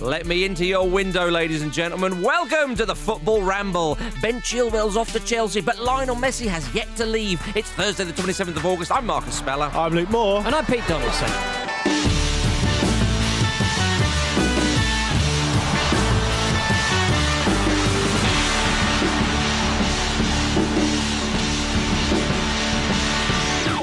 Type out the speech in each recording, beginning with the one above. Let me into your window, ladies and gentlemen. Welcome to the Football Ramble. Ben Chilwell's off to Chelsea, but Lionel Messi has yet to leave. It's Thursday, the 27th of August. I'm Marcus Speller. I'm Luke Moore. And I'm Pete Donaldson.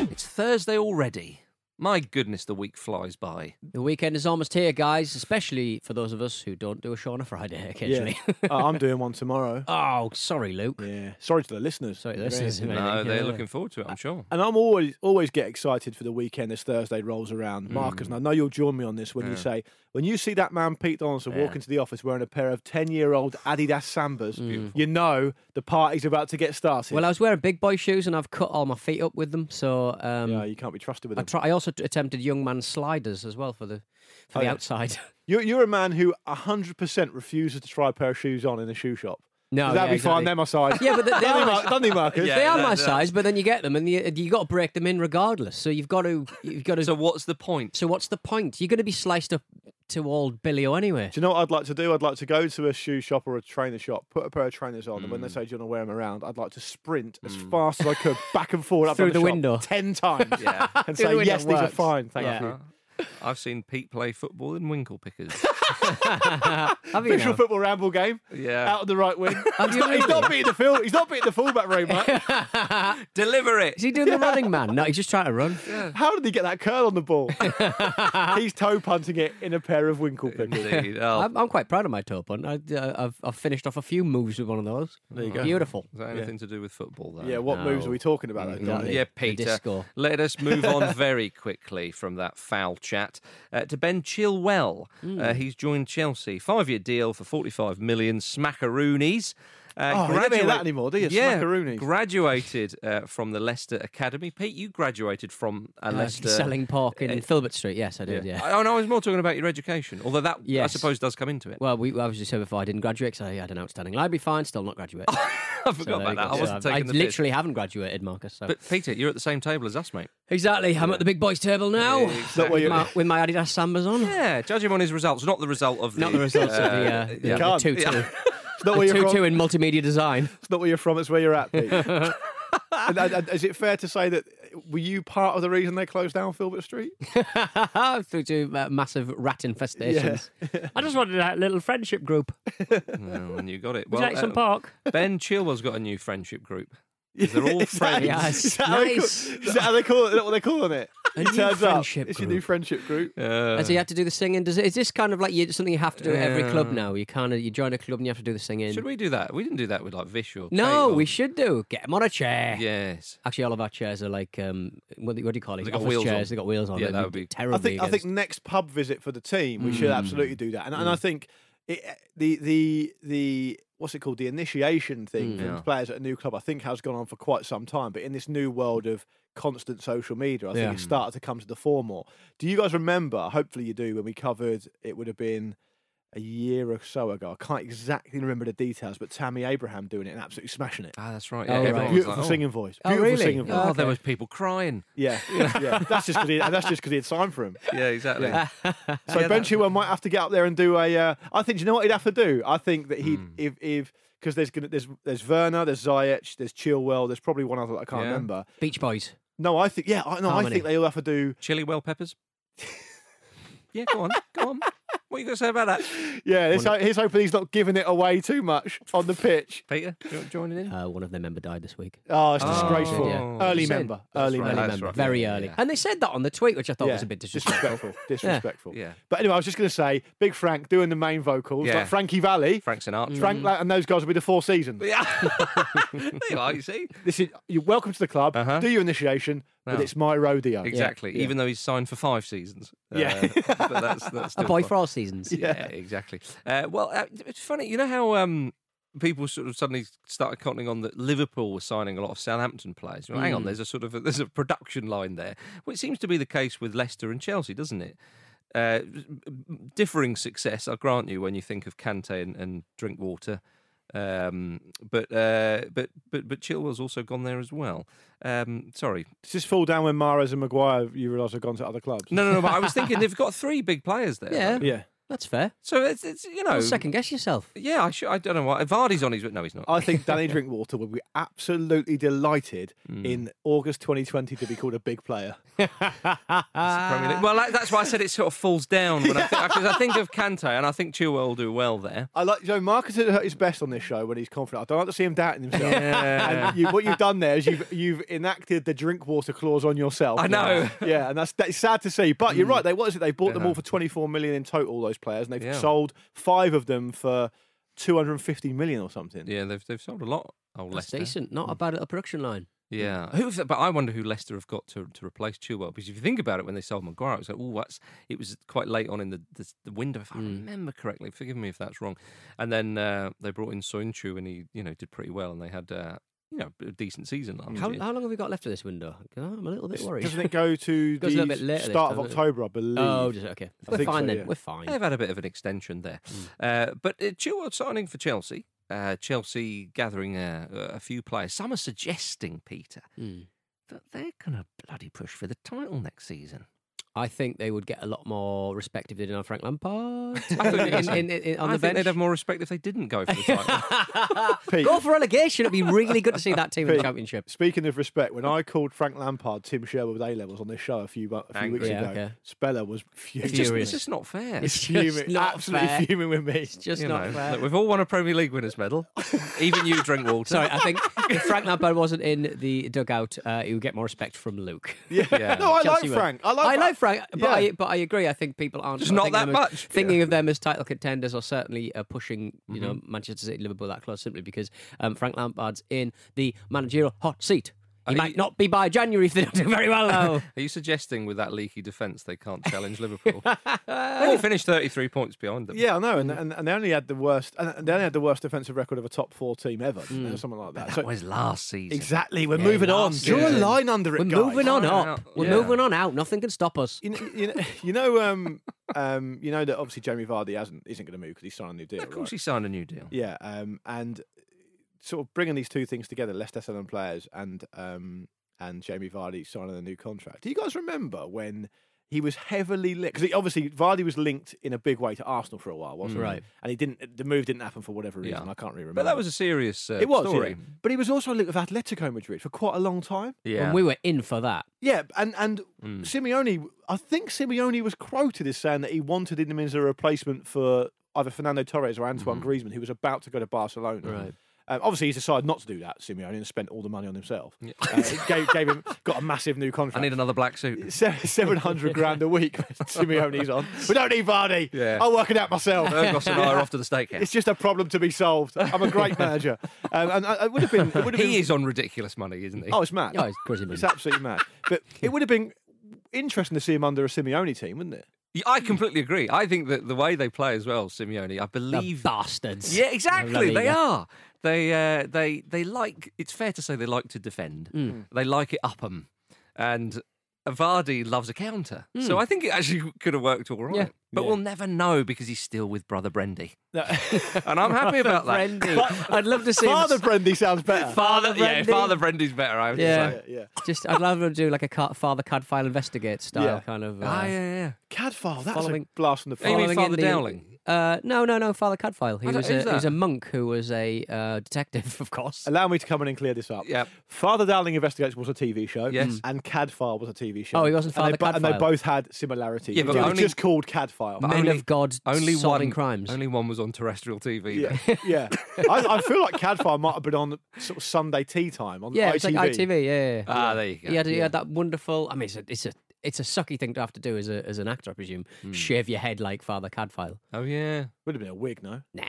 It's Thursday already. My goodness, the week flies by. The weekend is almost here, guys, especially for those of us who don't do a show on a Friday occasionally. Uh, I'm doing one tomorrow. oh, sorry, Luke. Yeah. Sorry to the listeners. Sorry, Really. this is No, they're looking forward to it, Uh, I'm sure. And I'm always always get excited for the weekend as Thursday rolls Mm. around, Marcus. And I know you'll join me on this when you say when you see that man Pete Donaldson walk into the office wearing a pair of ten year old Adidas Sambas, you know the party's about to get started. Mm. Well, I was wearing big boy shoes and I've cut all my feet up with them. So um, yeah, you can't be trusted with I, them. try, I also t- attempted young man sliders as well for the Oh, for the yeah. outside. you're, you're a man who hundred percent refuses to try a pair of shoes on in a shoe shop. No, So that'd yeah, be fine. exactly. They're my size. Yeah, but they- they Don't are they, my- Mar- don't they, Marcus? Yeah, they are that- my that's- size, but then you get them and you you got to break them in regardless. So you've got to you've got to. So, so, what's the point? what's the point? You're going to be sliced up to old Billy O anyway. Do you know what I'd like to do? I'd like to go to a shoe shop or a trainer shop, put a pair of trainers on, and Mm. when they say, Do you want to wear them around? I'd like to sprint as fast as I could back and forward up Through down the shop window. 10 times Yeah. and Through the say, window Yes, these are works. fine. Thank Yeah. you. Uh, I've seen Pete play football in winkle pickers. Have you? Official now? football ramble game Yeah. out of the right wing. he's, you not, he's really? not beating the field. He's not beating the fullback very much. Deliver Is it. he doing the running man? No, he's just trying to run. How did he get that curl on the ball? he's toe punting it in a pair of winkle pickles. Indeed. Oh, I'm, I'm quite proud of my toe punt. I, uh, I've, I've finished off a few moves with one of those. There you go. Beautiful. Is that anything to do with football, though? Yeah, what moves are we talking about? though, Exactly. Dominic? Yeah, The Peter. disco. Let us move on very quickly from that foul chat uh, to Ben Chilwell. Uh, Hmm. he's joined Chelsea, five-year deal for forty-five million smackaroonies. Oh, Uh, you don't hear that anymore, do you? Yeah, Smackaroonies. graduated uh, from the Leicester Academy. Pete, you graduated from a Uh, Leicester. selling pork in Eh, Filbert Street. Yes, I did. Yeah. Oh no, I was more talking about your education. Although that, I Yes. suppose, does come into it. Well, we obviously said before I didn't graduate because I had an outstanding library fine. Still not graduated. I forgot about that. I wasn't um, I taking the piss. literally haven't graduated, Marcus. So. But Peter, you're at the same table as us, mate. exactly. I'm at the big boys' table now. Yeah, exactly. with, my, with my Adidas Sambas on. Yeah, judge him on his results, not the result of the, Not the results of the, uh, the, yeah. can't. two two. It's not where you're Two from. two in multimedia design. It's not where you're from, it's where you're at, Pete. and, and- and is it fair to say that were you part of the reason they closed down Filbert Street? Through to uh, massive rat infestations. I just wanted that little friendship group. No, and you got it. Would you like some uh, pork? Ben Chilwell's got a new friendship group. They're all Is that- friends. Yes. Is that, how they call- Nice. is that how they call it? Is that what they're calling it? A It new turns up. friendship It's your new group. friendship group. Uh, Has he had to do the singing? Does it, is this kind of like you, something you have to do at every club Yeah. now? You kind of you join a club and you have to do the singing. should we um, do that? We didn't do that with like Vish or No, Kate or- we should do. Get him on a chair. Yes. Actually, all of our chairs are like um, what, do- what do you call it? They got Office wheels chairs. on. They got wheels on. Yeah, They'd that would be- terrible. I think I think next pub visit for the team we Mm. should absolutely do that, and, and I think it, the the the what's it called the initiation thing from Mm. Yeah. players at a new club I think has gone on for quite some time, but in this new world of constant social media, I think it's started to come to the fore more. Do you guys remember? Hopefully you do. When we covered, it would have been. A year or so ago, I can't exactly remember the details, but Tammy Abraham doing it and absolutely smashing it. Ah, that's right. Oh, Yeah, right. everyone was Beautiful like, oh. singing voice. Oh, Beautiful really? singing voice. Oh, Okay. there was people crying. Yeah, yeah. That's just because he, that's just 'cause he had signed for him. Yeah, exactly. So Yeah, Ben that- Chilwell might have to get up there and do a. Uh, I think. Do you know what he'd have to do? I think that Hmm. he'd if if because there's gonna there's there's Werner, there's Ziyech, there's Chilwell, there's probably one other that I can't Yeah. remember. Beach Boys. No, I think yeah, I, no, I Harmony. think they all have to do. Chili well peppers. yeah, go on, go on. What are you going to say about that, Yeah, it's, ho- he's hoping he's not giving it away too much on the pitch. Peter? Do you want joining in? Uh, one of their member died this week. Oh, it's Oh, disgraceful. yeah. Early Sin. member, That's early right, Early member. that's member, right. very Yeah, early, yeah. and they said that on the tweet, which I thought was a bit disrespectful. disrespectful. disrespectful. Yeah. But anyway, I was just going to say, Big Frank doing the main vocals, Yeah. Mm-hmm. like Frankie Valley, Frank Mm. Sinatra. Frank, La- and those guys will be the four seasons. Yeah. there you are. You see. This is you're welcome to the club. Uh-huh. Do your initiation, but No. it's my rodeo. Exactly. yeah. Even though he's signed for five seasons. Yeah. Uh, but that's that's a still boy fine. for all seasons. Yeah, exactly. Uh, well, uh, it's funny. You know how um, people sort of suddenly started counting on that Liverpool was signing a lot of Southampton players. You know, Hang on, there's a sort of a, there's a production line there. Well, it seems to be the case with Leicester and Chelsea, doesn't it? Uh, differing success, I grant you, when you think of Kante and, and Drinkwater. Um, but uh, but but but Chilwell's also gone there as well. Um, sorry, Does this fall down when Mares and Maguire you realise have gone to other clubs? no, no, no. But I was thinking they've got three big players there. Yeah. Yeah. That's fair. So it's, it's you know, Don't second guess yourself. yeah, I, should, I don't know why Vardy's on his. No, he's not. I think Danny Drinkwater would be absolutely delighted in August 2020 to be called a big player. Premier League. Well, like, that's why I said it sort of falls down when I, think, 'cause I think of Kante and I think Chilwell will do well there. I like, you know, Marcus is at his best on this show when he's confident. I don't like to see him doubting himself. Yeah. And you, what you've done there is you've you've enacted the Drinkwater clause on yourself. I know. Yeah, and that's that's sad to see. But Mm. you're right. They what is it? They bought them all for 24 million in total. all Those players, and they've Yeah. sold five of them for 250 million or something. Yeah, they've they've sold a lot. Oh, That's Leicester. decent. Not a bad little production line. Yeah, who? have- But I wonder who Leicester have got to, to replace Chilwell because if you think about it, when they sold Maguire, it was like, oh, that's it was quite late on in the the, the window, if I Mm. remember correctly. Forgive me if that's wrong. And then uh, they brought in Soinchu, and he you know did pretty well, and they had uh, you know a decent season last How, year. how long have we got left of this window? 'Cause I'm a little bit worried. Doesn't it go to Goes a the little bit later this start time, of doesn't it? October, I believe? Oh, just okay. We're think so, fine then. yeah. We're fine. They've had a bit of an extension there. Mm. Uh, but uh, Chilwell signing for Chelsea. Uh, Chelsea gathering a, a few players. Some are suggesting, Peter, Mm. that they're going to bloody push for the title next season. I think they would get a lot more respect if they didn't have Frank Lampard I thought you in, said- in, in, in, on I the think bench. they'd have more respect if they didn't go for the title. Pete. Go for relegation. It'd be really good to see that team in the Pete. championship. Speaking of respect, when I called Frank Lampard Tim Sherwood with A levels on this show a few, mo- a few Angry. weeks Yeah, ago, okay. Speller was furious. It's just, Furious. it's just not fair. He's It's just fuming, not absolutely fair. fuming with me. It's just You not know, fair. look, we've all won a Premier League winners' medal. Even you drink water. Sorry, I think if Frank Lampard wasn't in the dugout, uh, he would get more respect from Luke. Yeah. Yeah. No, I Chelsea like were- Frank. I like, I like Frank, but, Yeah. I, but I agree. I think people aren't Just not thinking that of them as- much. Thinking of them as title contenders or certainly uh, pushing, you know, Mm-hmm. Manchester City, Liverpool that close simply because um, Frank Lampard's in the managerial hot seat. He Uh, might he- not be by January if they don't do very well. Though. Are you suggesting with that leaky defence they can't challenge Liverpool? they only finished 33 points behind them. Yeah, I know, and, and and they only had the worst. And they only had the worst defensive record of a top four team ever, didn't Mm. they, or something like that. That So- was last season. exactly, we're moving on. last Draw a season. line under it, We're guys. moving on Fine. up. We're Yeah. moving on out. Nothing can stop us. You know, you know, you know, um, um, you know that obviously Jamie Vardy hasn't isn't going to move because he signed a new deal. Of course, right? he signed a new deal. Yeah, um, and sort of bringing these two things together, Leicester selling players and um, and Jamie Vardy signing a new contract. Do you guys remember when he was heavily linked? Because obviously Vardy was linked in a big way to Arsenal for a while, wasn't he? Right. And he didn't. uh, The move didn't happen for whatever reason. Mm. Yeah. I can't really remember. But that was a serious uh, it was, story. yeah. but he was also linked with Atletico Madrid for quite a long time. Yeah. And we were in for that. Yeah, and and Hmm. Simeone, I think Simeone was quoted as saying that he wanted him as a replacement for either Fernando Torres or Antoine Mm-hmm. Griezmann, who was about to go to Barcelona. Right. Um, obviously, he's decided not to do that, Simeone, and spent all the money on himself. Uh, it gave, gave him got a massive new I contract. need another black suit. Se- 700 grand a week, Simeone's on. We don't need Vardy. Yeah. I'll work it out myself. Burgos and I are off to the steakhouse. It's just a problem to be solved. I'm a great manager. Um, and I- it would have been. It would have been He is on ridiculous money, isn't he? Oh, it's mad. Oh, it's crazy. It's absolutely mad. But it would have been interesting to see him under a Simeone team, wouldn't it? Yeah, I completely agree. I think that the way they play as well, Simeone, I believe. bastards. Yeah, exactly. La They Liga. are. They uh, they they like. It's fair to say they like to defend. They like it up 'em. and Vardy loves a counter. So I think it actually could have worked all right. Yeah. But Yeah. we'll never know because he's still with brother Brendy, No. and I'm happy about that. Brendy. I'd love to see him Father Brendy sounds better. Father, yeah, Brendy. father Brendy's better. I have Yeah. to say. yeah. Just, I'd love to do like a ca- father cad file investigate style Yeah. kind of. Uh, Ah, yeah, yeah. Cadfile, that's a Following- blast from the Amy past. following Father in the- Dowling? Uh, no, no, no, Father Cadfile. He I don't- was, who's a, he was that? a monk who was a uh, detective, of course. Allow me to come in and clear this up. Yep. Father Dowling Investigates was a TV show. Yes. And Cadfile was a TV show. Mm. Oh, he wasn't and they, Father bo- and they Cadfile. both had similarities. Yeah, but it was only- just called Cadfile. But Men only- of God Only solving one crimes. Only one was on terrestrial TV. yeah, though. yeah. I, I feel like Cadfile might have been on sort of Sunday tea time on yeah, ITV. it's like ITV. Yeah, yeah. Ah, there you go. He had, he had that wonderful. I mean, it's a, it's a it's a sucky thing to have to do as a as an actor, I presume. Shave your head like Father Cadfile. Oh yeah. Would have been a wig, no? Nah.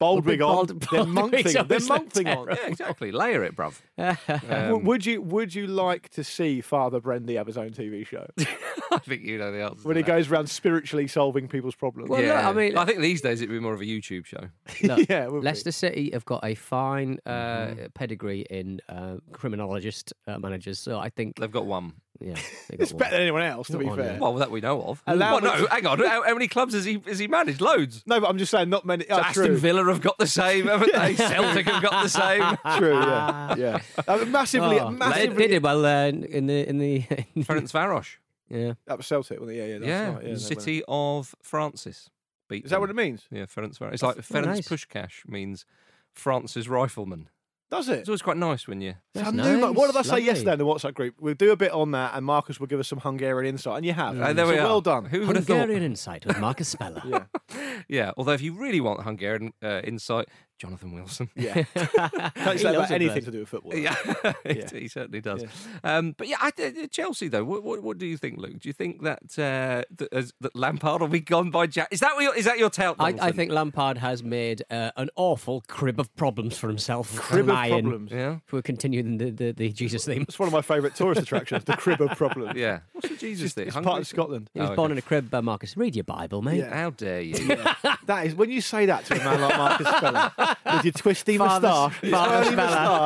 Bald Well, wig bald- on. bald Then monk wig's thing. Then obviously monk thing on. terrible. Yeah, exactly. Layer it, bruv. Um, W- Um, would you would you like to see Father Brendy have his own TV show I think you know the answer. when to he that. goes around spiritually solving people's problems? Well, no, I mean- I think these days it'd be more of a YouTube show. Look, yeah, it would be. Leicester City have got a fine uh, pedigree in uh, criminologist uh, managers, so I think They've got one. yeah, they got it's one. better than anyone else, to be on, yeah. fair. Well, that we know of. well, Allow me no, hang on. How, how many clubs has he has he managed? Loads. No, but I'm just saying, not many. oh, Aston true. Villa have got the same, haven't they? Celtic have got the same. True, yeah, yeah. I mean, massively, Oh, they, massively. they did well uh, in the in the in the- Ferenc Varos. yeah. That was Celtic, wasn't it? Yeah, yeah, that's Yeah, right. yeah they were. City of Francis. beat Is that what it them. means? Yeah, Ferenc Varos. It's like That's- oh, Ferenc nice. Pushkash means France's rifleman. Does it? It's always quite nice when you. I knew my- nice, what did I say lovely. yesterday in the WhatsApp group? We'll do a bit on that, and Marcus will give us some Hungarian insight. And you have. Uh, Ah, there Mm. so we are. well done. Who would have thought? Hungarian Insight with Marcus Speller. Yeah. Yeah, although if you really want Hungarian uh, insight, Jonathan Wilson. Yeah. Can't He say loves about it, anything Brad. to do with football. Yeah, he- he certainly does. Um, but yeah, I, uh, Chelsea though. What, what, what do you think, Luke? Do you think that uh, that, as- that Lampard will be gone by Jack? Is that what your, is that your tale? I, I Donaldson? think Lampard has made uh, an awful crib of problems for himself. Crib of Lion. problems. Yeah, If we're continuing the, the, the Jesus theme. It's one of my favourite tourist attractions, the crib of problems. yeah. What's the Jesus thing? It's Hungry part of thing? Scotland. He was Oh, okay. born in a crib, uh, Marcus. Read your Bible, mate. Yeah. How dare you? That is when you say that to a man like Marcus Speller with your twisty Father- moustache, your Father twirly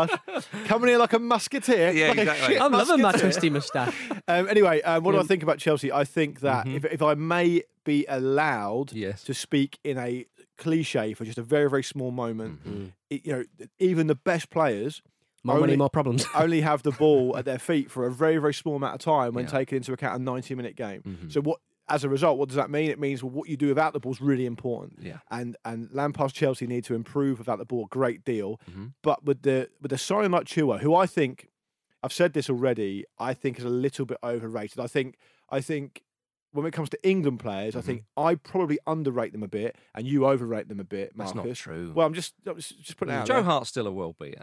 moustache, coming here like a musketeer, Yeah, like exactly. a shit I'm loving my musketeer. twisty moustache. Um, anyway, um, what do I think about Chelsea? I think that if, if I may be allowed Mm-hmm. Yes. to speak in a cliche for just a very very small moment, Mm-hmm. it- you know, even the best players More only, money, more problems. only have the ball at their feet for a very very small amount of time when Yeah. Mm-hmm. taken into account a 90 minute game. So what? As a result, what does that mean? It means well, what you do without the ball is really important. Yeah. And and Lampard's Chelsea need to improve without the ball a great deal. Mm-hmm. But with the with a signing like Chua, who I think I've said this already. I think is a little bit overrated. I think I think when it comes to England players, I think Mm-hmm. I probably underrate them a bit, and you overrate them a bit. That's Marcus. not true. Mm. Well, I'm just I'm just just putting it out. Joe there. Hart's still a world beater.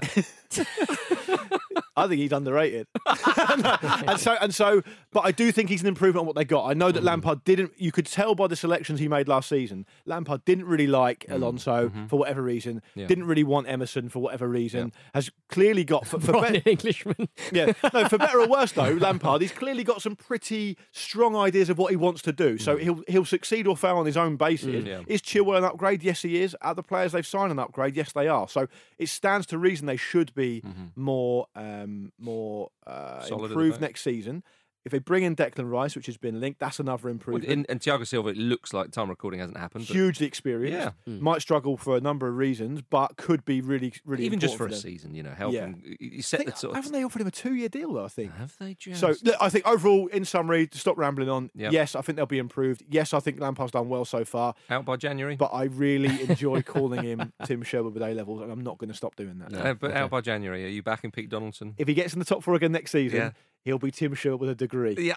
I think he's underrated. and so and so, but I do think he's an improvement on what they got. I know that Lampard didn't. You could tell by the selections he made last season. Lampard didn't really like Alonso for whatever reason. Didn't really want Emerson for whatever reason. Has clearly got for, for Born be- an Englishman. yeah, no, for better or worse though, Lampard, he's clearly got some pretty strong ideas of what he wants to do. So he'll he'll succeed or fail on his own basis. Mm. yeah. Is Chilwell an upgrade? Yes, he is. Are the players they've signed an upgrade? Yes, they are. So it stands to reason they should be more um, more uh, Mm-hmm. Solid at the improved back. next season. If they bring in Declan Rice, which has been linked, that's another Well, improvement. in, and Thiago Silva, it looks like time recording hasn't happened. But Hugely experienced, Yeah. might struggle for a number of reasons, but could be really, really even just for a important them. season, you know, helping you set I the think, sort of. haven't they offered him a two-year deal though? I think Have they just? So look, I think overall, in summary, to stop rambling on, Yep. yes, I think they'll be improved. Yes, I think Lampard's done well so far, out by January. but I really enjoy calling him Tim Sherwood with A levels, and I'm not going to stop doing that. Uh, but out by January, are you back in Pete Donaldson? If he gets in the top four again next season, Yeah. he'll be Tim Sherwood with a degree. Yeah.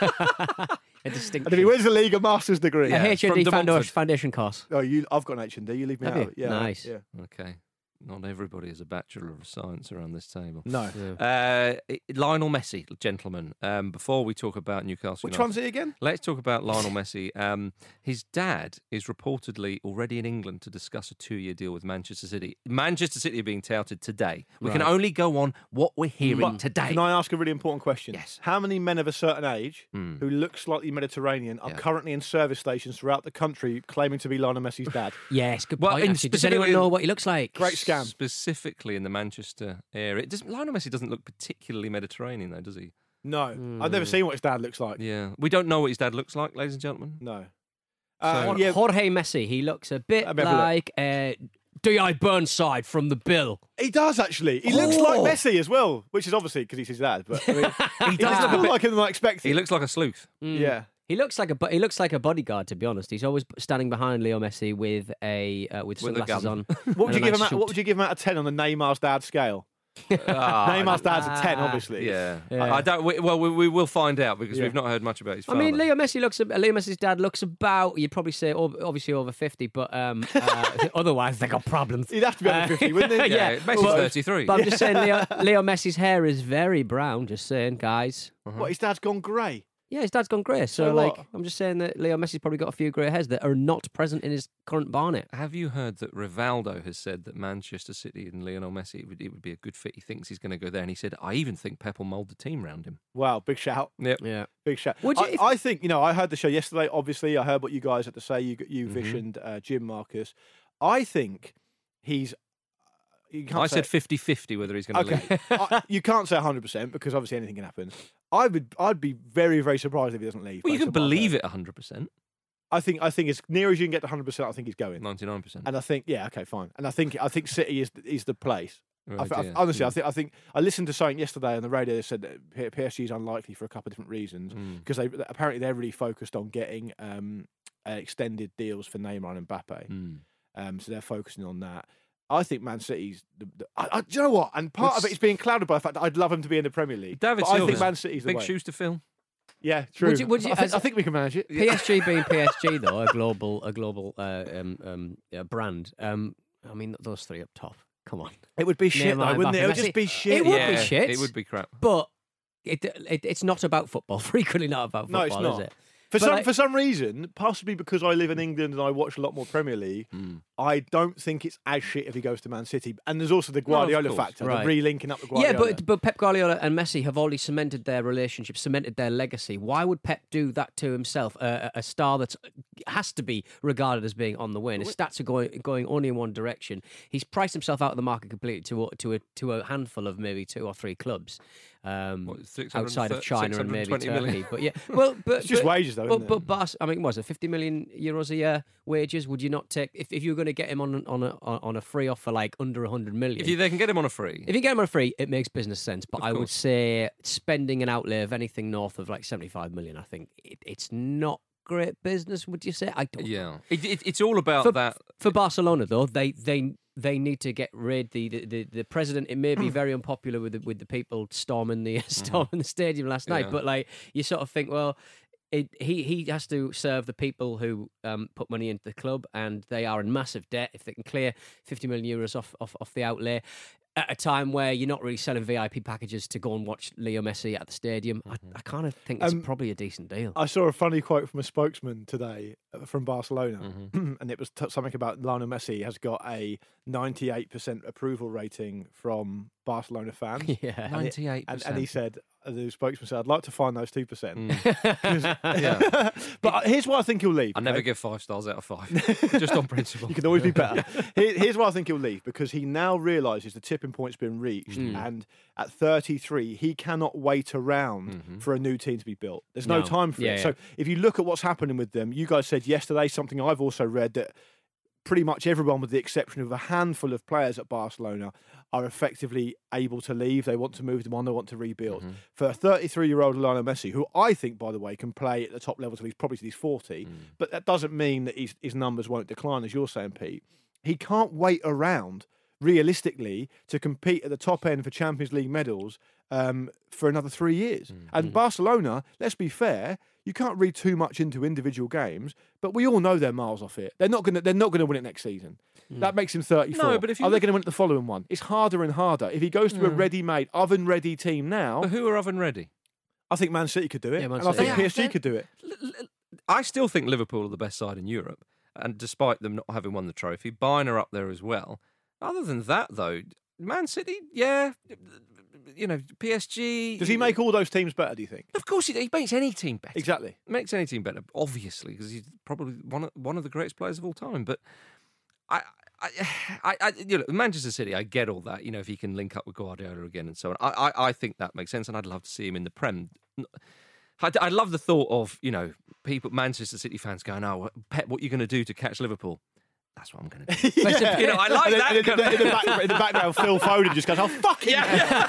A And if he distinction. wins the league, a master's degree. Yeah. A from HND De foundation, Montfort. foundation course. Oh, you! I've got an H and D. You leave me Have out. you? Yeah, Nice. yeah. okay. Not everybody is a bachelor of science around this table. No. Uh, it- Lionel Messi, gentlemen. Um, before we talk about Newcastle, Which United, one's he again? let's talk about Lionel Messi. Um, his dad is reportedly already in England to discuss a two-year deal with Manchester City. Manchester City are being touted today. We can only go on what we're hearing today. Can I ask a really important question? Yes. Hmm. How many men of a certain age who look slightly Mediterranean are Yeah. currently in service stations throughout the country claiming to be Lionel Messi's dad? Yes, good Well, point. in actually. Does anyone specifically- know what he looks like? Great scam. Specifically in the Manchester area, it doesn't, Lionel Messi doesn't look particularly Mediterranean, though, does he? No, I've never seen what his dad looks like. Yeah, we don't know what his dad looks like, ladies and gentlemen. No. Uh, So- yeah, Jorge Messi. He looks a bit Let me have a look. like uh, D.I. Burnside from The Bill. he does actually. He looks like Messi as well, which is obviously because he's his dad. But I mean, he does look more like him than I expected. He looks like a sleuth. yeah. He looks like a bo- he looks like a bodyguard. To be honest, he's always standing behind Leo Messi with a uh, with With a sunglasses gun. on. What would and you a give him? Out, nice what suit. would you give him out of ten on the Neymar's dad scale? Ah, Neymar's dad's a ten, obviously. Yeah. Yeah. I, I don't. We, well, we, we will find out because Yeah. we've not heard much about his I father. mean, Leo Messi looks. ab- Leo Messi's dad looks about. You'd probably say, ob- obviously, over fifty, but um, uh, otherwise they got problems. He'd have to be under Uh, fifty, wouldn't he? yeah, yeah, Messi's well, 33. But I'm just saying, Leo, Leo Messi's hair is very brown. Just saying, guys. What? His dad's gone grey. Yeah, his dad's gone grey. So, So like, what? I'm just saying that Leo Messi's probably got a few grey hairs that are not present in his current barnet. Have you heard that Rivaldo has said that Manchester City and Lionel Messi it would, it would be a good fit? He thinks he's going to go there, and he said, "I even think Pep will mould the team round him." Wow, big shout. Yep. Yeah. Big shout. Would you- I, if- I think you know. I heard the show yesterday. Obviously, I heard what you guys had to say. You you visioned uh, Jim Marcus. I think he's. uh, You can't I say said 50-50 whether he's going to leave. Okay, I, you can't say 100 percent because obviously anything can happen. I would, I'd be very, very surprised if he doesn't leave. Well, you can based on what I've believe heard. it 100 percent, I think, I think as near as you can get to 100, percent I think he's going. 99 percent. And I think, yeah, okay, fine. And I think, I think City is is the place. I th- I th- dear. honestly, I think, I think I listened to something yesterday on the radio that said that Hmm. P- PSG is unlikely for a couple of different reasons because they apparently they're really focused on getting um, uh, extended deals for Neymar and Mbappe. Mm. Um, so they're focusing on that. I think Man City's. The, the, I, I, do you know what? And part of it is being clouded by the fact that I'd love them to be in the Premier League. David but I think Silva's Man City's the Big way. shoes to fill. Yeah, true. Would you- would you- I, as think, a- I think we can manage it. PSG being PSG though, a global, a global uh, um, um, uh, brand. Um, I mean, those three up top. Come on, It would be shit, Neymar though, and wouldn't it? It Mbappe. would just be It shit. would be yeah, shit. It would be crap. but it, it it's not about football. Frequently not about football, No, it's is not. it? For But some like- for some reason, possibly because I live in England and I watch a lot more Premier League, Hmm. I don't think it's as shit if he goes to Man City. And there's also the of Guardiola course. factor, Right. the re-linking up the Guardiola. Yeah, but but Pep Guardiola and Messi have already cemented their relationship, cemented their legacy. Why would Pep do that to himself? A a a star that has to be regarded as being on the win. His stats are going going only in one direction. He's priced himself out of the market completely to a- to a to a handful of maybe two or three clubs. Um, What, 630 outside of China and maybe 620 Turkey, million. but yeah, well, but It's just but- wages, though, But isn't it? but Bas, I mean, was it fifty million euros a year wages? Would you not take if, if you were going to get him on on a on a free offer like under hundred million? If you, they can get him on a free, If you get him on free, it makes business sense. But I would course. say spending an outlay of anything north of like seventy-five million, I think it, it's not great business. Would you say? I don't. yeah, it, it, it's all about For, that. for Barcelona though, they they they need to get rid the the, the, the president. It may be very unpopular with the, with the people storming the storming the stadium last night, Yeah. but like you sort of think, well. It, he he has to serve the people who um, put money into the club, and they are in massive debt. If they can clear fifty million euros off off, off the outlay, at a time where you're not really selling VIP packages to go and watch Leo Messi at the stadium, I, I kind of think it's Um, probably a decent deal. I saw a funny quote from a spokesman today uh, from Barcelona, Mm-hmm. and it was t- something about Lionel Messi has got a 98% approval rating from Barcelona fans. yeah, And it- Ninety-eight And, and he said, uh, the spokesman said, I'd like to find those 2%. yeah. But here's why I think he'll leave. Mm. I never okay? give five stars out of five, just on principle. You can always be better. Here- Here's why I think he'll leave because he now realizes the tipping point's been reached, Mm. and at 33, he cannot wait around for a new team to be built. There's no, Mm-hmm. No. time for Yeah, it. yeah. So if you look at what's happening with them, you guys said yesterday something I've also read that pretty much everyone, with the exception of a handful of players at Barcelona, are effectively able to leave. They want to move them on. They want to rebuild. Mm-hmm. For a 33-year-old Lionel Messi, who I think, by the way, can play at the top level till he's probably till he's 40, Mm. but that doesn't mean that his, his numbers won't decline, as you're saying, Pete. He can't wait around realistically to compete at the top end for Champions League medals um, for another three years. And Barcelona, let's be fair, you can't read too much into individual games, but we all know they're miles off it. They're not going to. They're not going to win it next season. That makes him 34. No, but if you are they look- Mm. going to win it the following one? It's harder and harder. If he goes to a ready-made, oven-ready team now, But who are oven ready? I think Man City could do it, Yeah, Man and I City. think Yeah. PSG could do it. I still think Liverpool are the best side in Europe, and despite them not having won the trophy, Bayern are up there as well. Other than that, though, Man City, yeah, you know, PSG. Does he make all those teams better? Do you think? Of course, he, he makes any team better. Exactly. makes any team better, obviously, because he's probably one of, one of the greatest players of all time. But I, I, I, I you know, Manchester City, I get all that. You know, if he can link up with Guardiola again and so on, I, I, I think that makes sense, and I'd love to see him in the Prem. I, I love the thought of you know people, Manchester City fans going, "Oh, Pep, what are you going to do to catch Liverpool?" That's what I'm going to do. Yeah. You know, I like And then- that and in, the, kind of- in the back, in the background, Phil Foden just goes, "Oh fuck yeah!"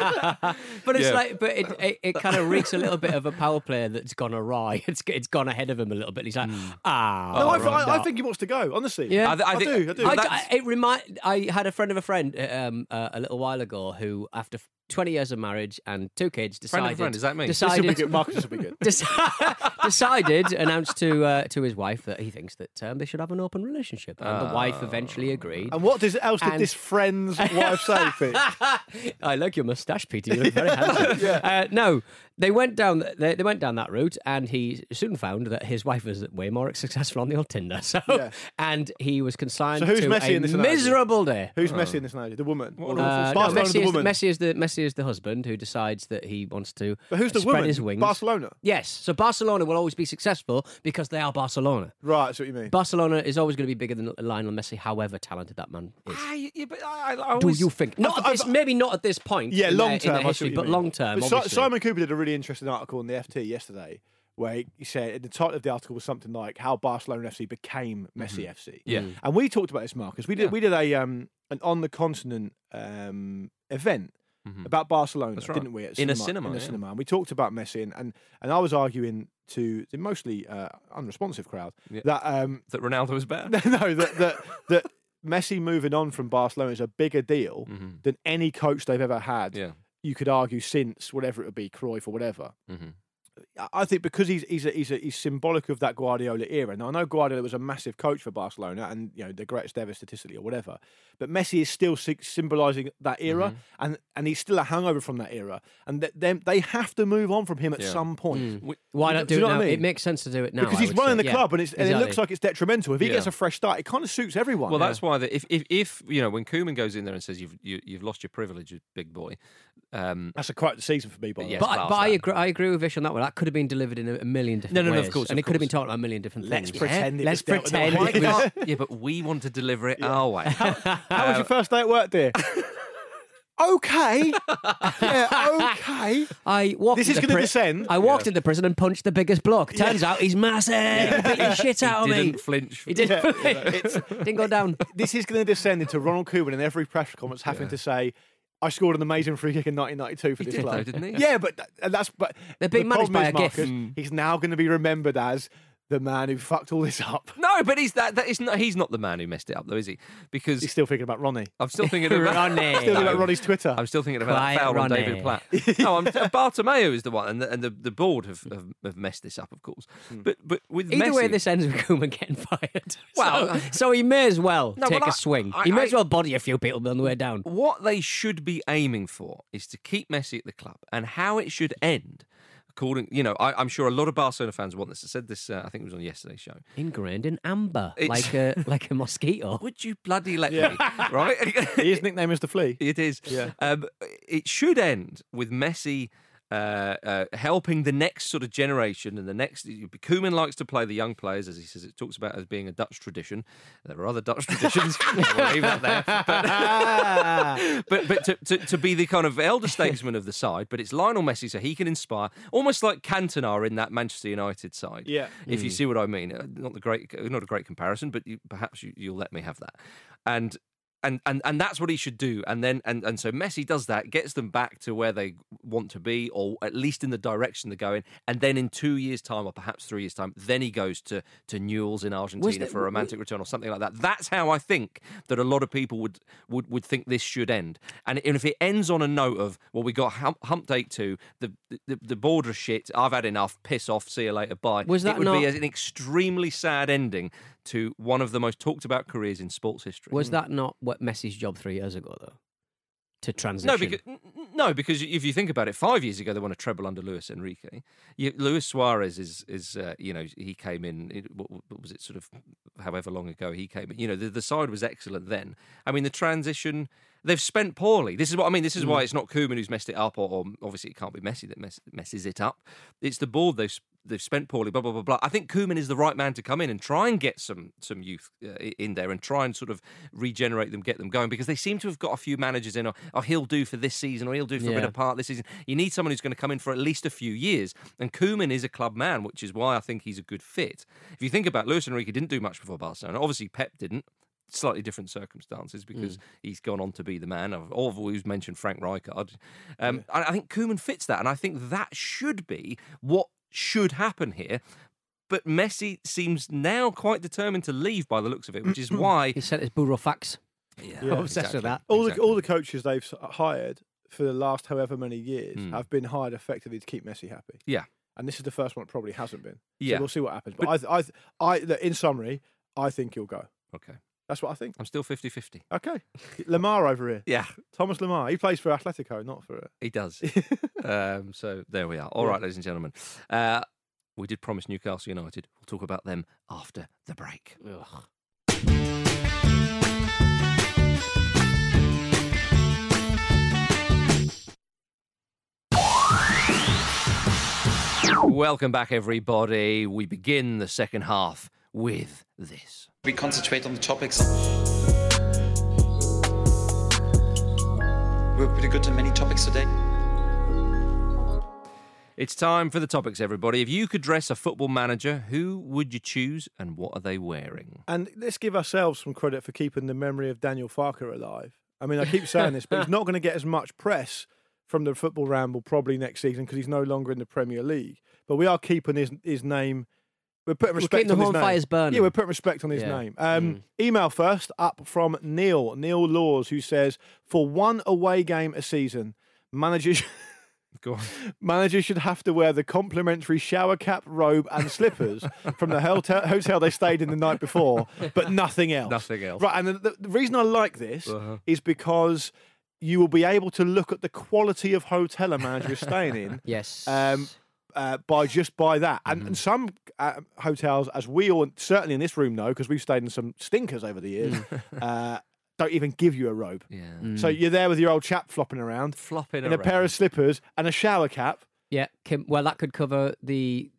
But it's Yeah. like, but it, it, it kind of reeks a little bit of a power player that's gone awry. It's it's gone ahead of him a little bit. He's like, Hmm. ah, Oh. No, I, right, I, I no." think he wants to go. Honestly, Yeah. I, th- I I think, do, I do. I, But that's- I- it remind. I had a friend of a friend uh, um, uh, a little while ago who, after f- twenty years of marriage and two kids, Friend of a decided. friend, is that me? This This will be Decided. good. Marcus this will be good. deci- decided announced to uh, to his wife that he thinks that um, they should have an open relationship, and the wife eventually Oh. agreed. And what does, else did And- this friend's wife say? Pete? I like your mustache, Peter. You look very handsome. Uh, no, they went down. They, they went down that route, and he soon found that his wife was way more successful on the old Tinder. So, Yeah. and he was consigned So who's to Messi a in this analogy? miserable day. Who's Messi in this analogy? The woman. Or the- Uh, no, Barcelona, Messi, the is, woman. Messi is the Messi is the husband who decides that he wants to But who's the spread woman? his wings. Barcelona. Yes, so Barcelona will always be successful because they are Barcelona. Right, that's what you mean. Barcelona is always going to be bigger than Lionel Messi, however talented that man is. Ah, yeah, but I, I- I Do always, you think? Not at I've- this, maybe not at this point. yeah, in their- long in term. I their see what history, you but mean. long term. But Si- obviously. Simon Cooper did a really interesting article in the FT yesterday where he said the title of the article was something like "How Barcelona FC Became Mm-hmm. Messi FC." Yeah. and we talked about this, Marcus. We did we did a um an on the continent um event Mm-hmm. about Barcelona, That's right. didn't we? At In a cinema, in a yeah. cinema, and we talked about Messi, and and, and I was arguing to the mostly uh, unresponsive crowd Yeah. that um, that Ronaldo was better. no, that that that Messi moving on from Barcelona is a bigger deal Mm-hmm. than any coach they've ever had. Yeah. You could argue since whatever it would be, Cruyff or whatever. Mhm. I- I think because he's he's a, he's, a, he's symbolic of that Guardiola era. Now I know Guardiola was a massive coach for Barcelona and you know the greatest ever statistically or whatever, but Messi is still sy- symbolising that era Mm-hmm. and and he's still a hangover from that era. And th- them they have to move on from him at Yeah. Mm. some point. We- Why You not know- do, do you know it what now? I mean? It makes sense to do it now. Because I he's would say. running the Yeah, club, and, it's, and it exactly. looks like it's detrimental. If he gets Yeah. a fresh start, it kind of suits everyone. Well, that's why that if, if if you know when Cooman goes in there and says you've you, you've lost your privilege, you big boy. Um, That's a quite season for me, by the Yeah. way. But, I- class but I, that. agree, I agree with Vish on that one. That could have been delivered in a, a million different No, no, no, of ways, course, and of it could have been course. taught like a million different Let's things. pretend it Let's was dealt with pretend. that why way. it was- can't- yeah, but we want to deliver it our way. How was your first day at work, dear? okay. yeah, okay. I walked. This is into gonna pri- descend. I walked into prison and punched the biggest block. Turns out he's massive. He Beat the shit out of didn't me. flinch. He didn't. didn't go down. This is going to descend into Ronald Koeman in every press conference having to say, I scored an amazing free kick in 1992 for this did club. though, didn't he? Yeah, but th- and that's but They're being the managed problem by is, a gif. Marcus, He's now going to be remembered as the man who fucked all this up. No, but he's that. That is not. He's not the man who messed it up, though, is he? Because He's still thinking about Ronnie. I'm still thinking about Ronnie. Still thinking about Ronnie's Twitter. I'm still thinking about Quiet that foul on Ronnie. David Platt. No, I'm, Bartomeu is the one, and the, and the, the board have, have, have messed this up, of course. But but with Hmm. Either way, Messi- this ends with Koeman getting fired. Well- uh, Well, so, so he may as well No, take well, a I- swing. I- he may I- as well body a few people on the way down. what they should be aiming for is to keep Messi at the club, and how it should end. According, you know, I, I'm sure a lot of Barcelona fans want this. I said this. Uh, I think it was on yesterday's show. Ingrained in amber, It's- like a like a mosquito. Would you bloody let me? Right. His nickname is the Flea. It is. Yeah. Um, it should end with Messi. Uh, uh, helping the next sort of generation and the next. Koeman likes to play the young players, as he says. It talks about as being a Dutch tradition. There are other Dutch traditions. I'll leave that there. But, but, but to, to, to be the kind of elder statesman of the side, but it's Lionel Messi, so he can inspire, almost like Cantona in that Manchester United side. Yeah. If you see what I mean, Uh, not the great, not a great comparison, but you, perhaps you, you'll let me have that. And and and and that's what he should do. And then and and so Messi does that, gets them back to where they want to be, or at least in the direction they're going. And then in two years' time, or perhaps three years' time, then he goes to to Newell's in Argentina there- for a romantic return or something like that. That's how I think that a lot of people would would would think this should end. And and if it ends on a note of well, we got hump, hump date two, the, the the border shit. I've had enough. Piss off. See you later. Bye. Was that it would not- be an extremely sad ending to one of the most talked about careers in sports history. Mm. Was that not what Messi's job three years ago though? To transition. No, because n- n- no, because if you think about it, five years ago they won a treble under Luis Enrique. You, Luis Suarez is is uh, you know he came in. It, what, what was it? Sort of however long ago he came in. You know the, the side was excellent then. I mean the transition. They've spent poorly. This is what I mean. This is why it's not Koeman who's messed it up, or, or obviously it can't be Messi that mess, messes it up. It's the board they've s- they've spent poorly. Blah blah blah blah. I think Koeman is the right man to come in and try and get some some youth uh, i- in there and try and sort of regenerate them, get them going because they seem to have got a few managers in. Or, or he'll do for this season, or he'll do for a bit Yeah. of part this season. You need someone who's going to come in for at least a few years. And Koeman is a club man, which is why I think he's a good fit. If you think about Luis Enrique, didn't do much before Barcelona. Obviously, Pep didn't. Slightly different circumstances because he's gone on to be the man. I've always mentioned Frank Rijkaard. Um, I I think Koeman fits that, and I think that should be what should happen here. But Messi seems now quite determined to leave by the looks of it, which is why. he sent his burro fax. Yeah, obsessed with exactly. that. all the Exactly. all the coaches they've s- uh, hired for the last however many years have been hired effectively to keep Messi happy. Hmm. Yeah. and this is the first one that probably hasn't been. Yeah. so we'll see what happens. But, I, th- I, th- I, look, in summary, I think he'll go. Okay. That's what I think. I'm still 50 50. Okay, Lamar over here, Yeah, Thomas Lamar. He plays for Atletico, not for. uh, he does. um, so there we are. All right, ladies and gentlemen. Uh, we did promise Newcastle United. We'll talk about them after the break. Ugh. Welcome back, everybody. We begin the second half with this. we concentrate on the topics. We're pretty good in many topics today. It's time for the topics, everybody. If you could dress a football manager, who would you choose and what are they wearing? And let's give ourselves some credit for keeping the memory of Daniel Farker alive I mean, I keep saying this, but he's not going to get as much press from the football ramble probably next season because he's no longer in the Premier League. But we are keeping his his name. We're putting respect keeping the on his name. bonfires burning. Yeah, we're putting respect on his Yeah. Mm. name. Um, Email first up from Neil Neil Laws, who says for one away game a season, managers Go on. managers should have to wear the complimentary shower cap, robe, and slippers from the hotel, hotel they stayed in the night before, but nothing else. Nothing else. Right, and the- the, the reason I like this Uh-huh. is because you will be able to look at the quality of hotel a manager is staying in Yes. um, uh, by just by that. And, Mm-hmm. and some uh, hotels, as we all certainly in this room know, because we've stayed in some stinkers over the years, Mm. uh, don't even give you a robe. Yeah. So you're there with your old chap flopping around Mm. Flopping Mm. in a pair of slippers and a shower cap. yeah. Kim, well, that could cover the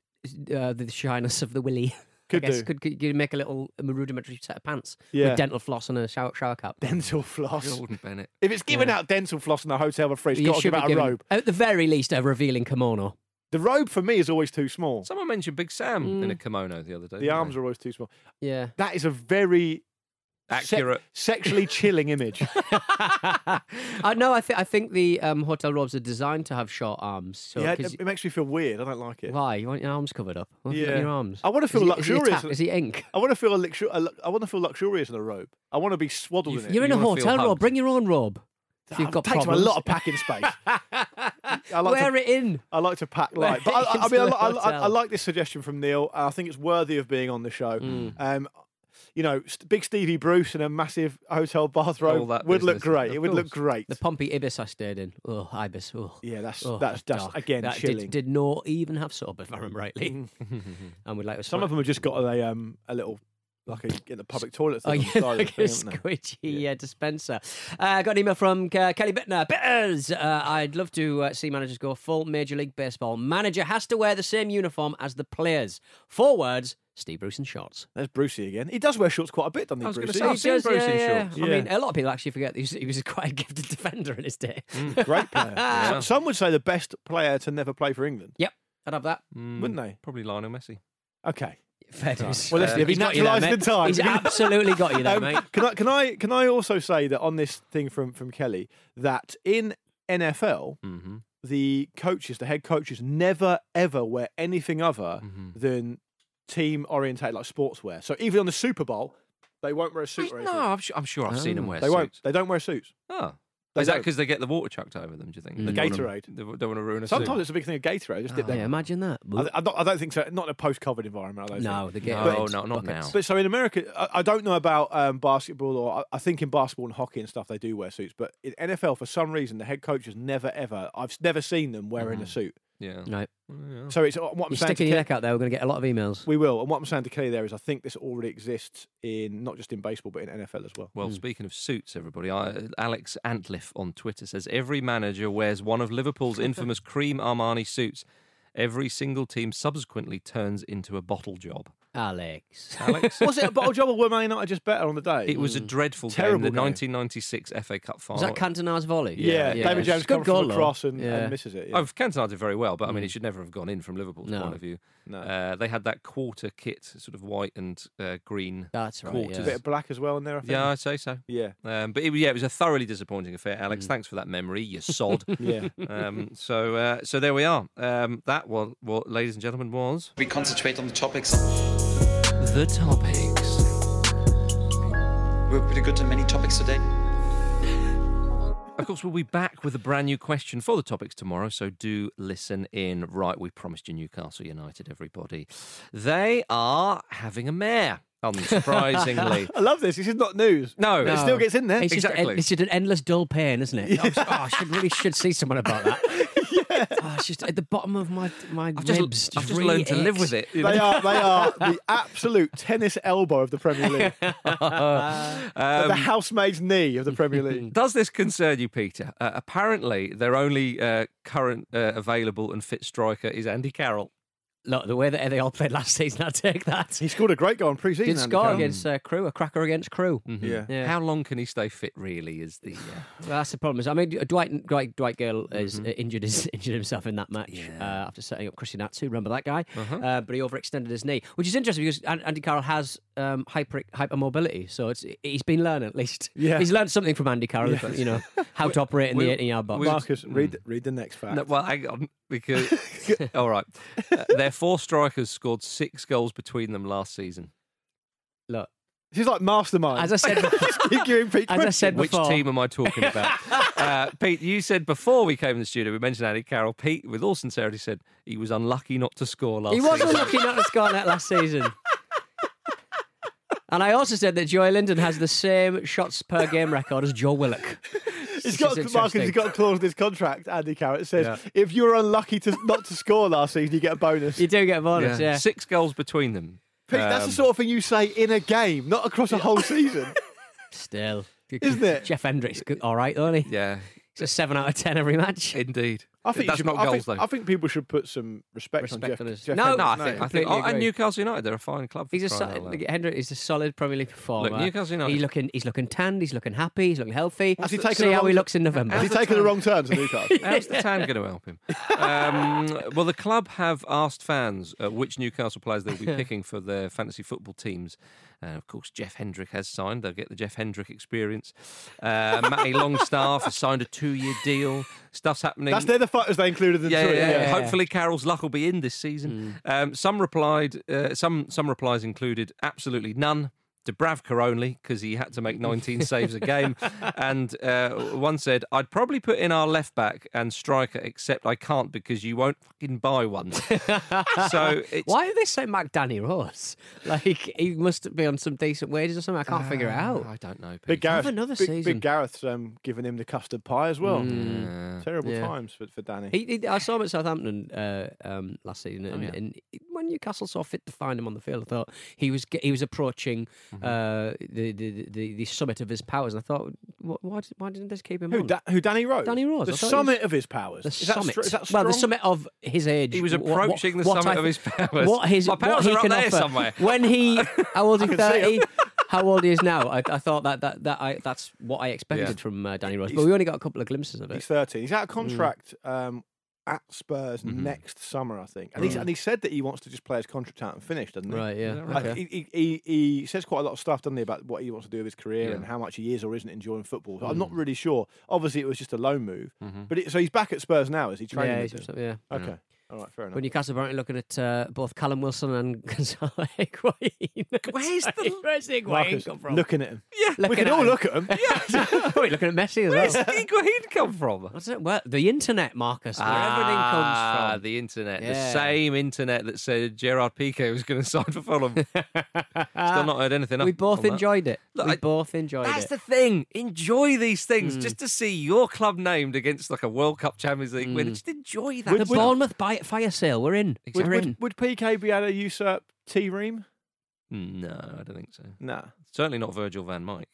uh, the shyness of the willy. Could I guess do. could, could you make a little rudimentary set of pants Yeah. with dental floss and a shower, shower cap? dental floss. Jordan Bennett. If it's giving out dental floss in a hotel for free, it's You got to give should be out a given- robe. At the very least, a revealing kimono. The robe for me is always too small. Someone mentioned Big Sam in a kimono the other day. The arms are always too small. Yeah. That is a very se- accurate. sexually chilling image. I no, I think I think the um, hotel robes are designed to have short arms. So yeah, it, 'cause- it makes me feel weird. I don't like it. why you want your arms covered up? What have you got in Yeah. your arms. I wanna Is feel he- Is he, a luxurious. tap? Is he ink? I want to feel a luxu- a lu- I want to feel luxurious in a robe. I want to be swaddled in it. You're in you a wanna feel hotel robe. hugged. Bring your own robe. If you've got takes up problems. a lot of packing space. I like Wear to, it in. I like to pack light, but I, it I, I into mean, I, the li- I, li- I, hotel. like this suggestion from Neil. and I think it's worthy of being on the show. Mm. Um, you know, st- big Stevie Bruce in a massive hotel All bathrobe would that look business. great. Of It would look course. great. The Pompey ibis I stayed in. Oh, ibis. Oh. Yeah, that's Oh, that's that's dark. again that chilling. Did, did not even have soap, if I remember rightly. and we'd like to Some of them have just got a um a little like a in the public toilet Oh, thing. on the yeah, side of the like thing, a haven't they? squidgy uh, dispenser. Uh, I got an email from uh, Kelly Bittner. Bitters! Uh, I'd love to uh, see managers go full Major League Baseball. Manager has to wear the same uniform as the players. Forwards, Steve Bruce in shorts. There's Brucey again. He does wear shorts quite a bit, doesn't he? I was gonna Brucey? say, I've seen Bruce in shorts. I Yeah. mean, a lot of people actually forget that he's- he was quite a gifted defender in his day. great player. So- Some would say the best player to never play for England, yep, I'd have that. wouldn't they? Mm. Probably Lionel Messi. Okay. Fair dues. Well, listen, Uh, if he he's got you there, naturalised in mate. time- He's absolutely got you there, Um, mate. Can I can I can I also say that on this thing from from Kelly that in NFL Mm-hmm. the coaches, the head coaches, never ever wear anything other than team orientated like sportswear. So even on the Super Bowl, they won't wear a suit. or No, anything. I'm sure, I'm sure I've seen him Oh. wear they suits. won't. They don't wear suits. Oh. They Is that don't. because they get the water chucked over them, do you think? Mm. They don't wanna- Gatorade. They don't want to ruin a Sometimes suit. it's a big thing of Gatorade. I just did Oh, Yeah, that. imagine that. I, I, don't, I don't think so. Not in a post-COVID environment. I don't think. no, the game. No, no, not now. But so in America, I, I don't know about um, basketball, or I, I think in basketball and hockey and stuff they do wear suits. But in NFL, for some reason, the head coaches never ever. I've s- never seen them wearing a suit. Yeah. Oh, No. Yeah. So it's uh, what I'm saying. You're To sticking your Ke- neck out there. We're going to get a lot of emails. we will, and what I'm saying to Kelly there is, I think this already exists in not just in baseball but in NFL as well. Well, speaking of suits, everybody, I, Alex Antliff on Twitter says every manager wears one of Liverpool's infamous cream Armani suits. Every single team subsequently turns into a bottle job. Alex. Alex, Was it a bottle job or were Man United just better on the day? it was a dreadful Mm. Terrible game, the game. 1996 FA Cup final. Was that Cantona's volley? Oh. yeah, David James Good comes goal, from though. across and, Yeah. and misses it. yeah. I've Cantona did very well, but I mean, it should never have gone in from Liverpool's No. point of view. Mm. No. Uh, they had that quarter kit, sort of white and uh, green. That's right. Quarters. a Yeah. bit of black as well in there. I think. Yeah, I'd say so. yeah, Um, but it, yeah, it was a thoroughly disappointing affair, Alex. Thanks for that memory, you sod. Mm. yeah. um, so, uh, so there we are. Um, that one, well, ladies and gentlemen, was We concentrate on the topics. the topics. We're pretty good to many topics today. Of course, we'll be back with a brand new question for the topics tomorrow. So do listen in. Right, we promised you Newcastle United, everybody. They are having a mayor, unsurprisingly. I love this. This is not news. No, it still gets in there. It's just, Exactly. it's just an endless dull pain, isn't it? I'm so- oh, I should really should see someone about that. Oh, it's just at the bottom of my my I've just, ribs. I've just really learned to live aches. with it. you They know. are they are the absolute tennis elbow of the Premier League. the housemaid's knee of the Premier League. Does this concern you, Peter? Uh, apparently, their only uh, current uh, available and fit striker is Andy Carroll. Look, the way that they all played last season, I take that. He scored a great goal in pre-season. Did Andy score Carroll. against uh, Crew, a cracker against Crew. Mm-hmm. Yeah. Yeah. How long can he stay fit? Really, is the uh, Well, that's the problem. Is I mean, Dwight Dwight Dwight Gale is Mm-hmm. uh injured is injured himself in that match uh, after setting up Christian Atsu. Remember that guy? Uh-huh. uh but he overextended his knee, which is interesting because An- Andy Carroll has um, hyper hypermobility, so it's he's been learning at least. Yeah. he's learned something from Andy Carroll, you know, how to operate in we- the eighteen yard box. we- Marcus, read read the next fact. No, well, hang on, because all right, Uh, their four strikers scored six goals between them last season. Look, He's like mastermind. as I said, Keep giving Pete as I said Which before, team am I talking about? uh, Pete, you said before we came in the studio, we mentioned Andy Carroll. Pete, with all sincerity, said he was unlucky not to score last. He was season. unlucky not to score in that last season. And I also said that Joey Linden has the same shots per game record as Joe Willock. He's got Which is Marcus. He's interesting. got a clause in his contract. Andy Carrot says Yeah. if you were unlucky to not to score last season, you get a bonus. You Pete, do get a bonus, yeah. Six goals between them. that's the sort of thing you say in a game, not across a whole season. Still. Isn't it? Jeff Hendricks, good- all right, though, isn't he? Yeah, It's a 7 out of 10 every match. indeed. I think you that's should- not I goals think, though. I think people should put some respect, on Respect Jeff. on his- Jeff Hendrick. No, no, I think I think completely oh, and agree. Newcastle United, they're a fine club. For He's a crying out so- loud. look, Hendricks is a solid Premier League performer. Look, Newcastle United- He's looking, he's looking tanned, he's looking happy, he's looking healthy. Has he taken See a how he wrong- looks in November. Has he taken the wrong turn to Newcastle? How's the tan going to help him? Um, well, the club have asked fans uh, which Newcastle players they'll be picking for their fantasy football teams. Uh, of course, Jeff Hendrick has signed. They'll get the Jeff Hendrick experience. Uh, Matty Longstaff has signed a two-year deal. Stuff's happening. That's they're the fighters they included in yeah, the yeah, tour, yeah, yeah. Mm. Hopefully, Carroll's luck will be in this season. Um, some replied. Uh, some some replies included absolutely none. Dubravka only because he had to make 19 saves a game, and uh, one said, "I'd probably put in our left back and striker, except I can't because you won't fucking buy one." so it's, Why do they say Mac Danny Rose? Like, he must be on some decent wages or something. I can't Ah. figure it out. I don't know. Big Pete. Gareth, another big, season. Big Gareth's um, giving him the custard pie as well. Yeah. Terrible Mm. Yeah. times for, for Danny. He, he, I saw him at Southampton uh, um, last season, Oh, and, yeah. and when Newcastle saw fit to find him on the field, I thought he was ge- he was approaching Mm-hmm. uh, the, the, the the summit of his powers, and I thought, wh- why did- why didn't this keep him who, on? da- who Danny Rose? Danny Rose, The I thought he was- summit of his powers. the is that summit. str- is that well, the strong? summit of his age. He was Wh- wh- approaching the what summit I of his powers. What his My powers what he are up can there offer. somewhere. When he, how old is can see 'em. thirty? How old he is now? I, I thought that that, that I, that's what I expected from uh, Danny Rose, but He's- we only got a couple of glimpses of He's it. 13. He's Mm. out of contract um, at Spurs Mm-hmm. next summer, I think. And, he's, and he said that he wants to just play his contract out and finish, doesn't he? Right, yeah. that Like, okay. he, he, he he says quite a lot of stuff, doesn't he, about what he wants to do with his career Yeah. and how much he is or isn't enjoying football. So I'm Mm. not really sure. Obviously, it was just a loan move. Mhm. But it, so he's back at Spurs now, is he training? Mm-hmm. Yeah, with he's, them? yeah. Okay. All right, fair enough. When Newcastle apparently looking at uh, both Callum Wilson and Gonzalo Higuain. Where's the- Where's Higuain Marcus, come from? looking at him. Yeah, we Looking can at all him. look at him. Probably looking at Messi where's as well. Higuain come from? What's it? Well, the internet, Marcus. Where Ah, everything comes from. the internet. The Yeah. same internet that said Gerard Piqué was going to sign for Fulham. Still not heard anything. Ah, we up both on that. enjoyed it. Look, we I- both enjoyed That's it. Hmm. the thing. Enjoy these things. Just to see your club named against like a World Cup Champions League Hmm. win. Just enjoy that. the stuff. Bournemouth buy- fire sale. We're in. Would, We're would- in. would PK be able to usurp T Ream? Hmm, no, I don't think so. Nah. Certainly not Virgil van Mike.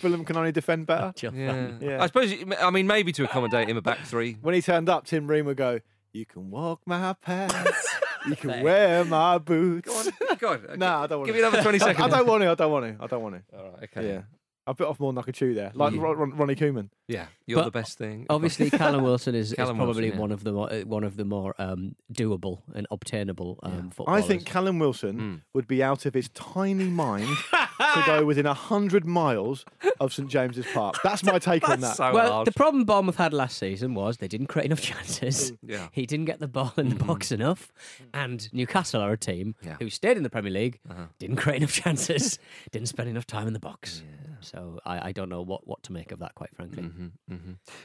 Fulham can only defend better. Joe Yeah. Fran- Yeah. I suppose. it- I mean, maybe to accommodate him a back three. When he turned up, Tim Ream would go, You can walk my paths. you can wear my boots. Go on. Go on. Okay. Nah, I don't want Give to. me another twenty I, seconds. Oh, I don't want to. I don't want to. I don't want to. All right. Okay. Yeah. I bit off more than I could chew there. Like Yeah. Ron, Ron, Ronnie Koeman. Yeah. You're But the best thing. Obviously, Callum Wilson is, Callum is probably Wilson, yeah. one of the more, uh, one of the more um, doable and obtainable um, I footballers. think Callum Wilson Mm. would be out of his tiny mind to go within 100 miles of St James's Park. That's my take on that. That's so Well, hard. the problem Bournemouth had last season was they didn't create enough chances. Mm. Yeah. Mm. He didn't get the ball in the box enough. And Newcastle are a team Yeah. Uh-huh. who stayed in the Premier League, didn't create enough chances, didn't spend enough time in the box. So I, I don't know what, what to make of that, quite frankly. hmm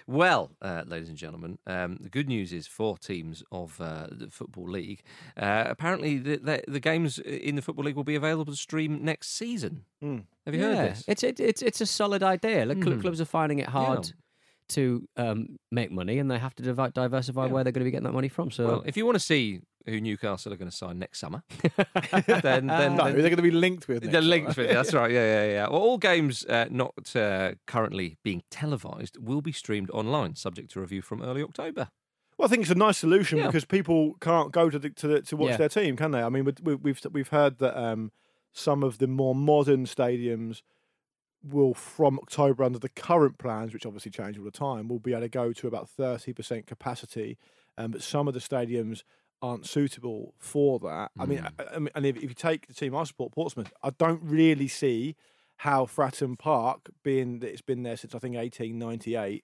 Well, uh, ladies and gentlemen, um, the good news is four teams of uh, the Football League. Uh, apparently, the, the, the games in the Football League will be available to stream next season. Have you Hmm. Yeah, heard this? Hmm. It's, it, it's, it's a solid idea. Look, cl- clubs are finding it hard. To um, make money, and they have to divi- diversify where they're going to be getting that money from. So, Well, if you want to see who Newcastle are going to sign next summer, then, then, No, then they're going to be linked with. They're next linked time. with it. That's right. Yeah, yeah, yeah. Well, all games uh, not uh, currently being televised will be streamed online, subject to review from early October. Well, I think it's a nice solution Yeah. because people can't go to the, to, the, to watch Yeah. their team, can they? I mean, we- we- we've we've heard that um, some of the more modern stadiums will, from October under the current plans, which obviously change all the time, will be able to go to about thirty percent capacity. Um, but some of the stadiums aren't suitable for that. I mean, I, I mean, and if, if you take the team I support, Portsmouth, I don't really see how Fratton Park, being that it's been there since I think eighteen ninety eight,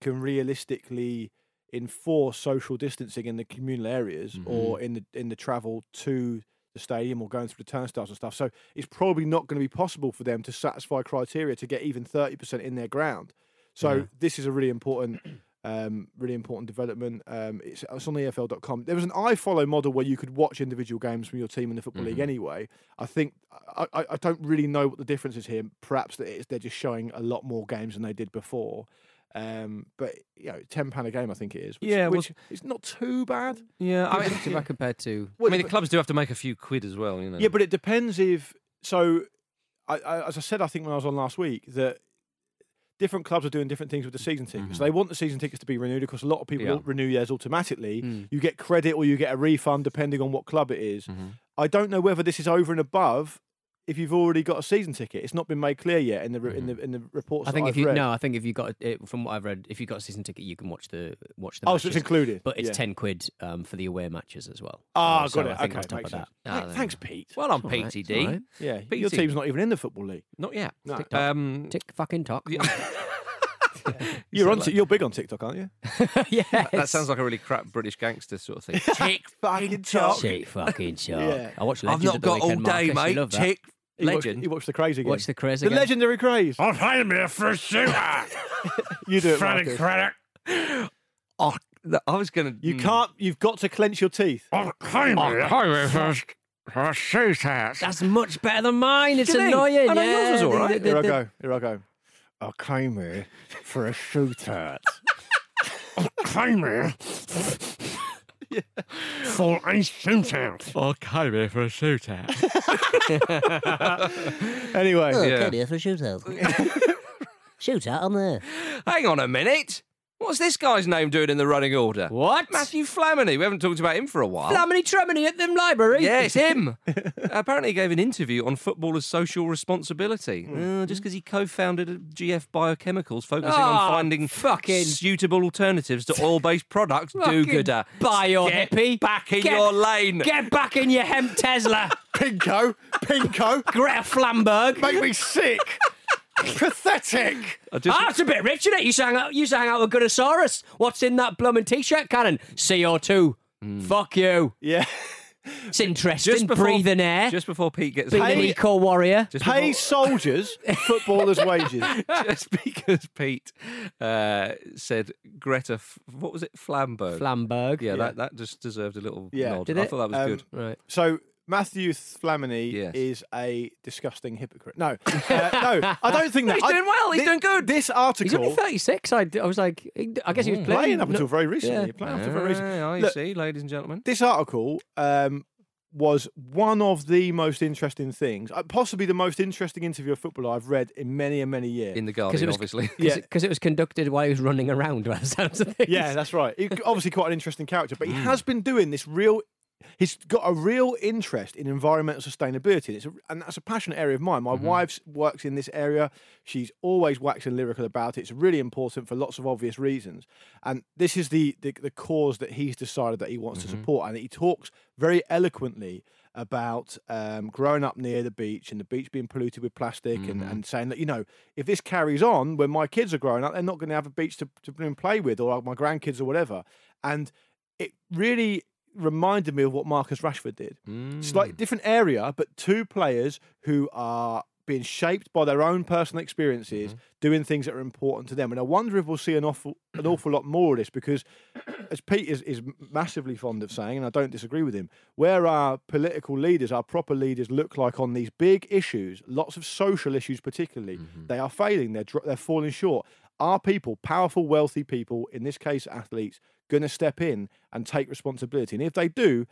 can realistically enforce social distancing in the communal areas or in the in the travel to the stadium or going through the turnstiles and stuff. So it's probably not going to be possible for them to satisfy criteria to get even thirty percent in their ground. So this is a really important. Um, really important development. Um, it's, it's on EFL.com. There was an iFollow model where you could watch individual games from your team in the Football Mm-hmm. League anyway. I think, I, I, I don't really know what the difference is here. Perhaps that it's, they're just showing a lot more games than they did before. Um, but you know, ten pound a game, I think it is. Which, Yeah, well- which is not too bad. Yeah, I mean, Compare- compared to I mean, the clubs do have to make a few quid as well, you know. Yeah, but it depends if. So, I, I, as I said, I think when I was on last week that different clubs are doing different things with the season tickets. Mm-hmm. They want the season tickets to be renewed because a lot of people Yeah. don't renew theirs automatically. Mm. Hmm. You get credit or you get a refund depending on what club it Mm. is. Mm-hmm. I don't know whether this is over and above. If you've already got a season ticket, it's not been made clear yet in the re- in the in the reports. Mm-hmm. I think that if I've you read. no, I think if you got it from what I've read, if you got a season ticket, you can watch the watch the. oh, so it's matches. included, But it's yeah. ten quid um, for the away matches as well. Ah, Uh, got so it. I think okay, on top makes of that. sense. Thank- Ah, Thanks, Pete. well, I'm all right, it's PTD. all right. Yeah, But your you see- team's not even in the football league. Not yet. No. Tick tock. Um, Tick fucking tock. the- You're on. like- T- you're big on TikTok, aren't you? yeah, that sounds like a really crap British gangster sort of thing. Tick fucking tock. Tick fucking tock. Yeah. I watched I've Legends not of the got all weekend, Marcus, day, you mate. Love that. Tick. He watched- Legend. He watched the crazy game. Watch the craze The again. legendary craze. I'll pay me a first shooter. You do it, Frantic Marcus. credit. Oh, th- I was mm. going to. You can't. You've got to clench your teeth. I'll pay me a first, first shooter. That's much better than mine. It's you think? annoying. I know yeah. yours was all The- right. the- the- Here I the- go. Here I go. Oh, I'll pay me for a shootout. I'll pay me for a shootout. I'll come here for a shootout. Anyway, Yeah. Cody for a shootout. shootout on there. Hang on a minute. What's this guy's name doing in the running order? What? Matthew Flamini. We haven't talked about him for a while. Flamini Tremini at them library. Yeah, it's him. Apparently, he gave an interview on footballers' social responsibility. Uh, just because he co-founded GF Biochemicals, focusing on Oh, finding fucking- suitable alternatives to oil-based products. Fucking Do-gooder. Bio uh, Get hippie. back in Get- your lane. Get back in your hem, Tesla. Pinko, Pinko, Greta Flamberg. make me sick. Pathetic. I just- Ah, it's a bit rich, isn't it? You sang out, you sang out with Gunnosaurus. What's in that blooming t-shirt cannon? CO2. Fuck you. Yeah. It's interesting. Hmm. before- Breathing air. Just before Pete gets being an Hey- eco warrior. just Pay before- soldiers footballers' wages. just because Pete uh, said Greta, F- what was it, Flamberg? Flamberg. yeah, That, that just deserved a little Yeah. nod. Did I it? thought that was Um, good. Right. So Matthew Flamini Yes. is a disgusting hypocrite. No, uh, no, I don't think that. he's I- doing well, he's thi- doing good. This He's only article. 36. I, I was like, I guess he Hmm. was playing. Playing up until No- very recently. Yeah. Playing up until very recently. Ah, I Look, see, ladies and gentlemen. this article um, was one of the most interesting things, uh, possibly the most interesting interview of football I've read in many and many years. In the Guardian, was- obviously. Yeah. Because it, was conducted while he was running around, by the sounds of things. yeah, that's right. He, obviously, quite an interesting character, Mm. but he has been doing this real. He's got a real interest in environmental sustainability, and, it's a, and that's a passionate area of mine. Mm-hmm. My wife's works in this area; she's always waxing lyrical about it. It's really important for lots of obvious reasons, and this is the the, the cause that he's decided that he wants Mm-hmm. to support, and he talks very eloquently about um, growing up near the beach and the beach being polluted with plastic and, and saying that, you know, if this carries on when my kids are growing up, they're not going to have a beach to, to bloom play with or my grandkids or whatever. And it really reminded me of what Marcus Rashford did. Slightly different area, but two players who are being shaped by their own personal experiences, doing things that are important to them. And I wonder if we'll see an awful, an awful lot more of this because, as Pete is, is massively fond of saying, and I don't disagree with him, where our political leaders, our proper leaders, look like on these big issues, lots of social issues particularly, they are failing. They're dro- they're falling short. Are people, powerful, wealthy people, in this case athletes, going to step in and take responsibility? And if they do,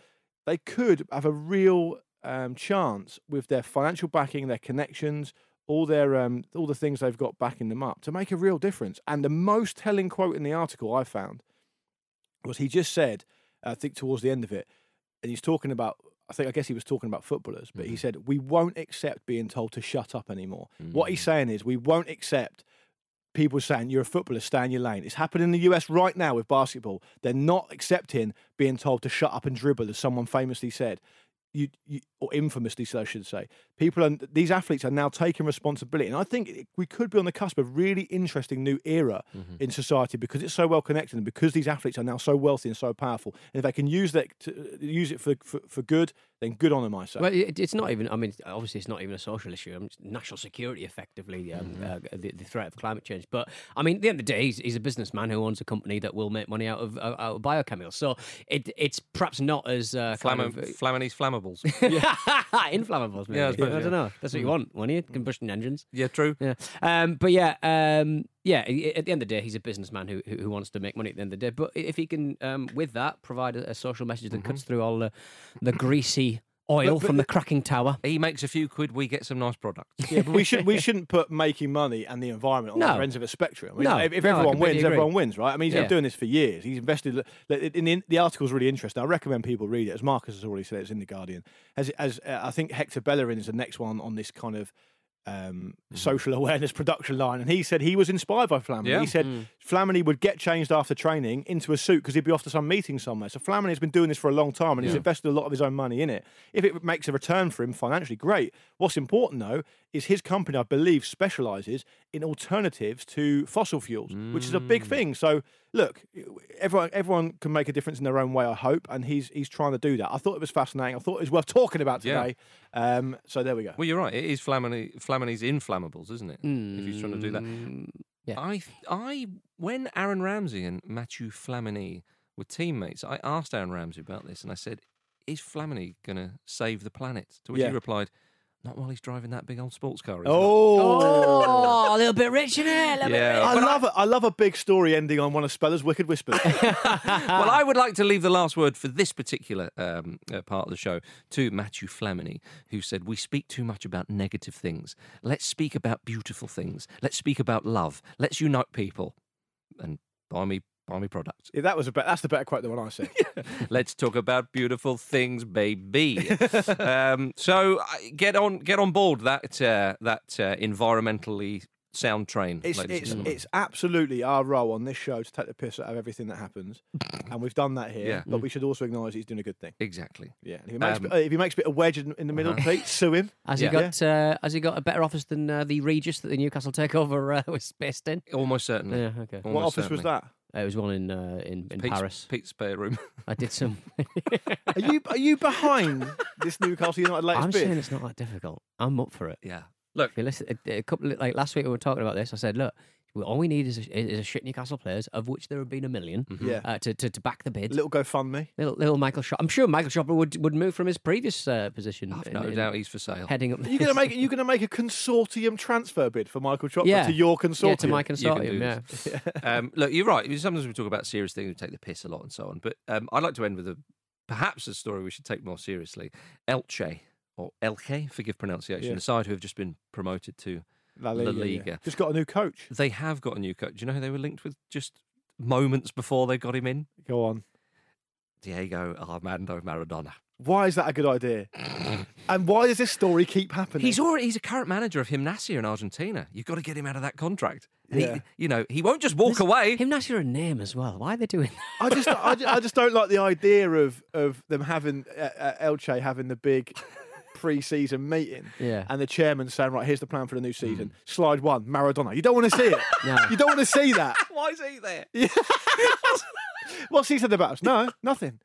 they could have a real um, chance with their financial backing, their connections, all their um, all the things they've got backing them up to make a real difference. And the most telling quote in the article I found was he just said, uh, I think towards the end of it, and he's talking about, I think, I guess he was talking about footballers, but he said, we won't accept being told to shut up anymore. What he's saying is, we won't accept people saying, you're a footballer, stay in your lane. It's happening in the US right now with basketball. They're not accepting being told to shut up and dribble, as someone famously said. You, you, or infamously, so I should say, people and these athletes are now taking responsibility, and I think it- we could be on the cusp of really interesting new era in society because it's so well connected, and because these athletes are now so wealthy and so powerful, and if they can use that to, use it for, for for good, then good on them, I say. Well, it, it's not even. I mean, obviously, it's not even a social issue. I mean, it's national security, effectively, um, Mm-hmm. uh, the, the threat of climate change. But I mean, at the end of the day, he's, he's a businessman who owns a company that will make money out of uh, out of biochemicals. So it, it's perhaps not as uh, kind Flamm- of, uh, Flamini's flammables. inflammables. Maybe. Yeah, I I, suppose, yeah. Mm. don't know. That's what you want, won't you? Combustion engines. yeah, true. Yeah. Um, but yeah, um, yeah. i- At the end of the day, he's a businessman who who who wants to make money. At the end of the day, but i- if he can, um, with that, provide a, a social message Mm-hmm. that cuts through all the the greasy oil from the cracking tower. He makes a few quid, we get some nice products. yeah, but we should we shouldn't put making money and the environment on No. the ends of a spectrum. I mean, No, if, if no, I everyone completely wins, agree. everyone wins, right? I mean, he's Yeah. been doing this for years. He's invested. like, it- In the, the article's really interesting. I recommend people read it. As Marcus has already said, it's in the Guardian. As as uh, I think Hector Bellerin is the next one on this kind of. Um, Social awareness production line, and he said he was inspired by Flamini. Yeah. He said Flamini would get changed after training into a suit because he'd be off to some meeting somewhere. So Flamini has been doing this for a long time and he's invested a lot of his own money in it. If it makes a return for him financially, great. What's important though is his company, I believe, specialises in alternatives to fossil fuels, which is a big thing. So look, everyone everyone can make a difference in their own way. I hope, and he's he's trying to do that. I thought it was fascinating. I thought it was worth talking about Yeah. today. Um, so there we go. Well, you're right. It is Flamini, Flamini's inflammables, isn't it? If he's trying to do that. yeah. I, I, when Aaron Ramsey and Matthew Flamini were teammates, I asked Aaron Ramsey about this, and I said, "Is Flamini going to save the planet?" To which Yeah. he replied, "Not while he's driving that big old sports car." he's not." Oh. Oh, a little bit rich in it. a little Yeah. I But Uh, I- love it. I love a big story ending on one of Speller's wicked whispers. well, Ah. I would like to leave the last word for this particular um, uh, part of the show to Matthew Flamini, who said, We speak too much about negative things. Let's speak about beautiful things. Let's speak about love. Let's unite people and buy me, buy me products. Yeah, that was a bet. That's the better quote than what I said. Let's talk about beautiful things, baby. um, so uh, get on, get on board that uh, that uh, environmentally sound train, It's ladies it's, and gentlemen. it's absolutely our role on this show to take the piss out of everything that happens, and we've done that here. Yeah. But we should also acknowledge he's doing a good thing. exactly. Yeah, and if he makes, Um, Uh-huh. uh, if he makes a bit of wedge in, in the middle, please sue him. Has Yeah. he got? Uh, has he got a better office than uh, the Regis that the Newcastle takeover uh, was based in? Almost certainly. Yeah, okay. Almost what office was certainly. that? Uh, it was one in uh, in, in Pete's, Paris. Pete's spare room. I did some. Are you are you behind this Newcastle United latest I'm bid? saying it's not that difficult. I'm up for it. yeah. Look, If you listen, a, a couple of- like last week we were talking about this. I said, look, we- all we need is a, is a shit Newcastle players, of which there have been a 1000000 Mm-hmm. Yeah. uh, to, to to back the bid. Little GoFundMe. Little, little Michael Shop. I'm sure Michael Shopper would, would move from his previous uh, position. I've in- no in- doubt he's for sale. heading up. You're gonna make you gonna make a consortium transfer bid for Michael Chopper to your consortium. Yeah, to my You can do consortium. Yeah. this. um, look, you're right. Sometimes we talk about serious things, we take the piss a lot, and so on. But um, I'd like to end with a perhaps a story we should take more seriously. Elche or Elche, forgive pronunciation, Yeah. the side who have just been promoted to. La La Liga. Yeah. Liga. Just got a new coach. They have got a new coach. Do you know who they were linked with just moments before they got him in? Go on. Diego Armando Maradona. Why is that a good idea? and why does this story keep happening? He's already he's a current manager of Gimnasia in Argentina. You've got to get him out of that contract. And Yeah. he, you know, he won't just walk away. Him not your name as well. Why are they doing that? I just, I just, I just don't like the idea of of them having uh, uh, Elche having the big pre-season meeting, Yeah. and the chairman saying, "Right, here's the plan for the new Hmm. season. Slide one, Maradona. You don't want to see it. No. You don't want to see that. Why is he there? What's he said about us? No, nothing.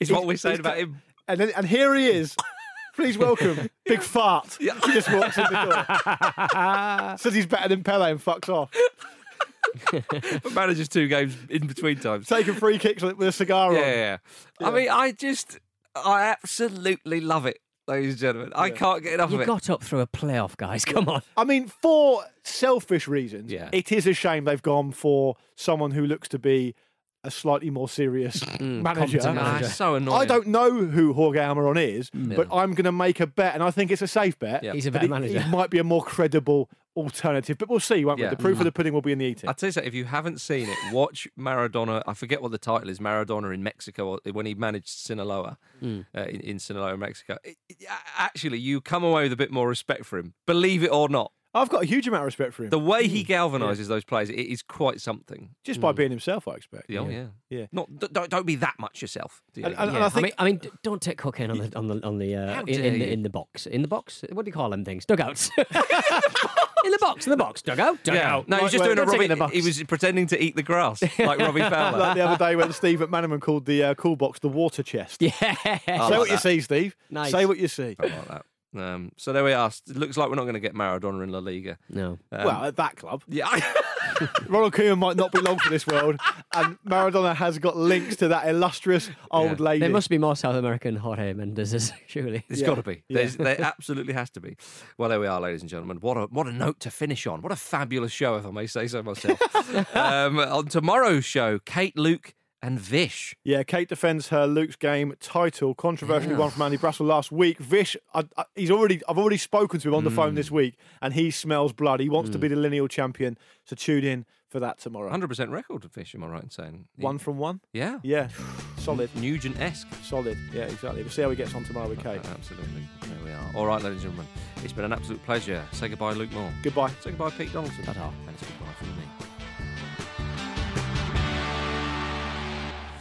It's what we're saying he's- about him. And then, and here he is. Please welcome Big Fart. He just walks in the door. Says he's better than Pele and fucks off. But manages two games in between times. Taking free kicks with a cigar yeah, on. yeah, yeah. I mean, I just, I absolutely love it, ladies and gentlemen. I can't get enough of You it. got up through a playoff, guys. Come on. I mean, for selfish reasons, Yeah. it is a shame they've gone for someone who looks to be a slightly more serious manager. competent Ah, manager. it's so annoying. I don't know who Jorge Almiron is, but I'm going to make a bet, and I think it's a safe bet. Yeah. He's a that better he- manager. He might be a more credible alternative, but we'll see, won't Yeah. Mm. we? The proof of the pudding will be in the eating. I tell you, something, if you haven't seen it, watch Maradona. I forget what the title is. Maradona in Mexico or- when he managed Sinaloa Hmm. uh, in, in Sinaloa, Mexico. It- it- a- actually, you come away with a bit more respect for him. Believe it or not, I've got a huge amount of respect for him, the way Hmm. he galvanizes those players, it is quite something. just by being himself, I expect. Mm. Yeah, Oh yeah, Yeah. Not d- don't, don't be that much yourself. Diego. And- and- Yeah, and I think mean, I mean, d- don't take cocaine on the on the on the uh, How in, dare in you. the in the box in the box. What do you call them things? Dugouts. in the box, in the box, dugout, yeah. dugout. No, he's Like just when- doing a Don't take it Robbie. in the box. He was pretending to eat the grass like Robbie Fowler. like the other day when Steve McManaman called the uh, cool box the water chest. Yeah. Say like what you that. see, Steve. Nice. Say what you see. like that. Um, so there we are. It looks like we're not going to get Maradona in La Liga. No. Um, well, at that club, yeah. Ronald Koeman might not be long for this world, and Maradona has got links to that illustrious old Yeah. lady. There must be more South American Jorge Mendez's, surely. It's Yeah. got to be. Yeah. There's, There absolutely has to be. Well, there we are, ladies and gentlemen. What a what a note to finish on. What a fabulous show, if I may say so myself. um, on tomorrow's show, Kate, Luke, and Vish. Yeah, Kate defends her Luke's game title, controversially won from Andy Brassel last week. Vish, I, I, he's already, I've already spoken to him on the Hmm. phone this week, and he smells blood. He wants to be the lineal champion, so tune in for that tomorrow. Hundred percent record of Vish. Am I right in saying One from one, Yeah. yeah, solid, Nugent esque. solid, yeah, exactly. We'll see how he gets on tomorrow with Uh, Kate. Absolutely. There we are. All right, ladies and gentlemen. It's been an absolute pleasure. Say goodbye, Luke Moore. Goodbye. Say goodbye, Pete Donaldson. Ta-ta. And it's goodbye from me.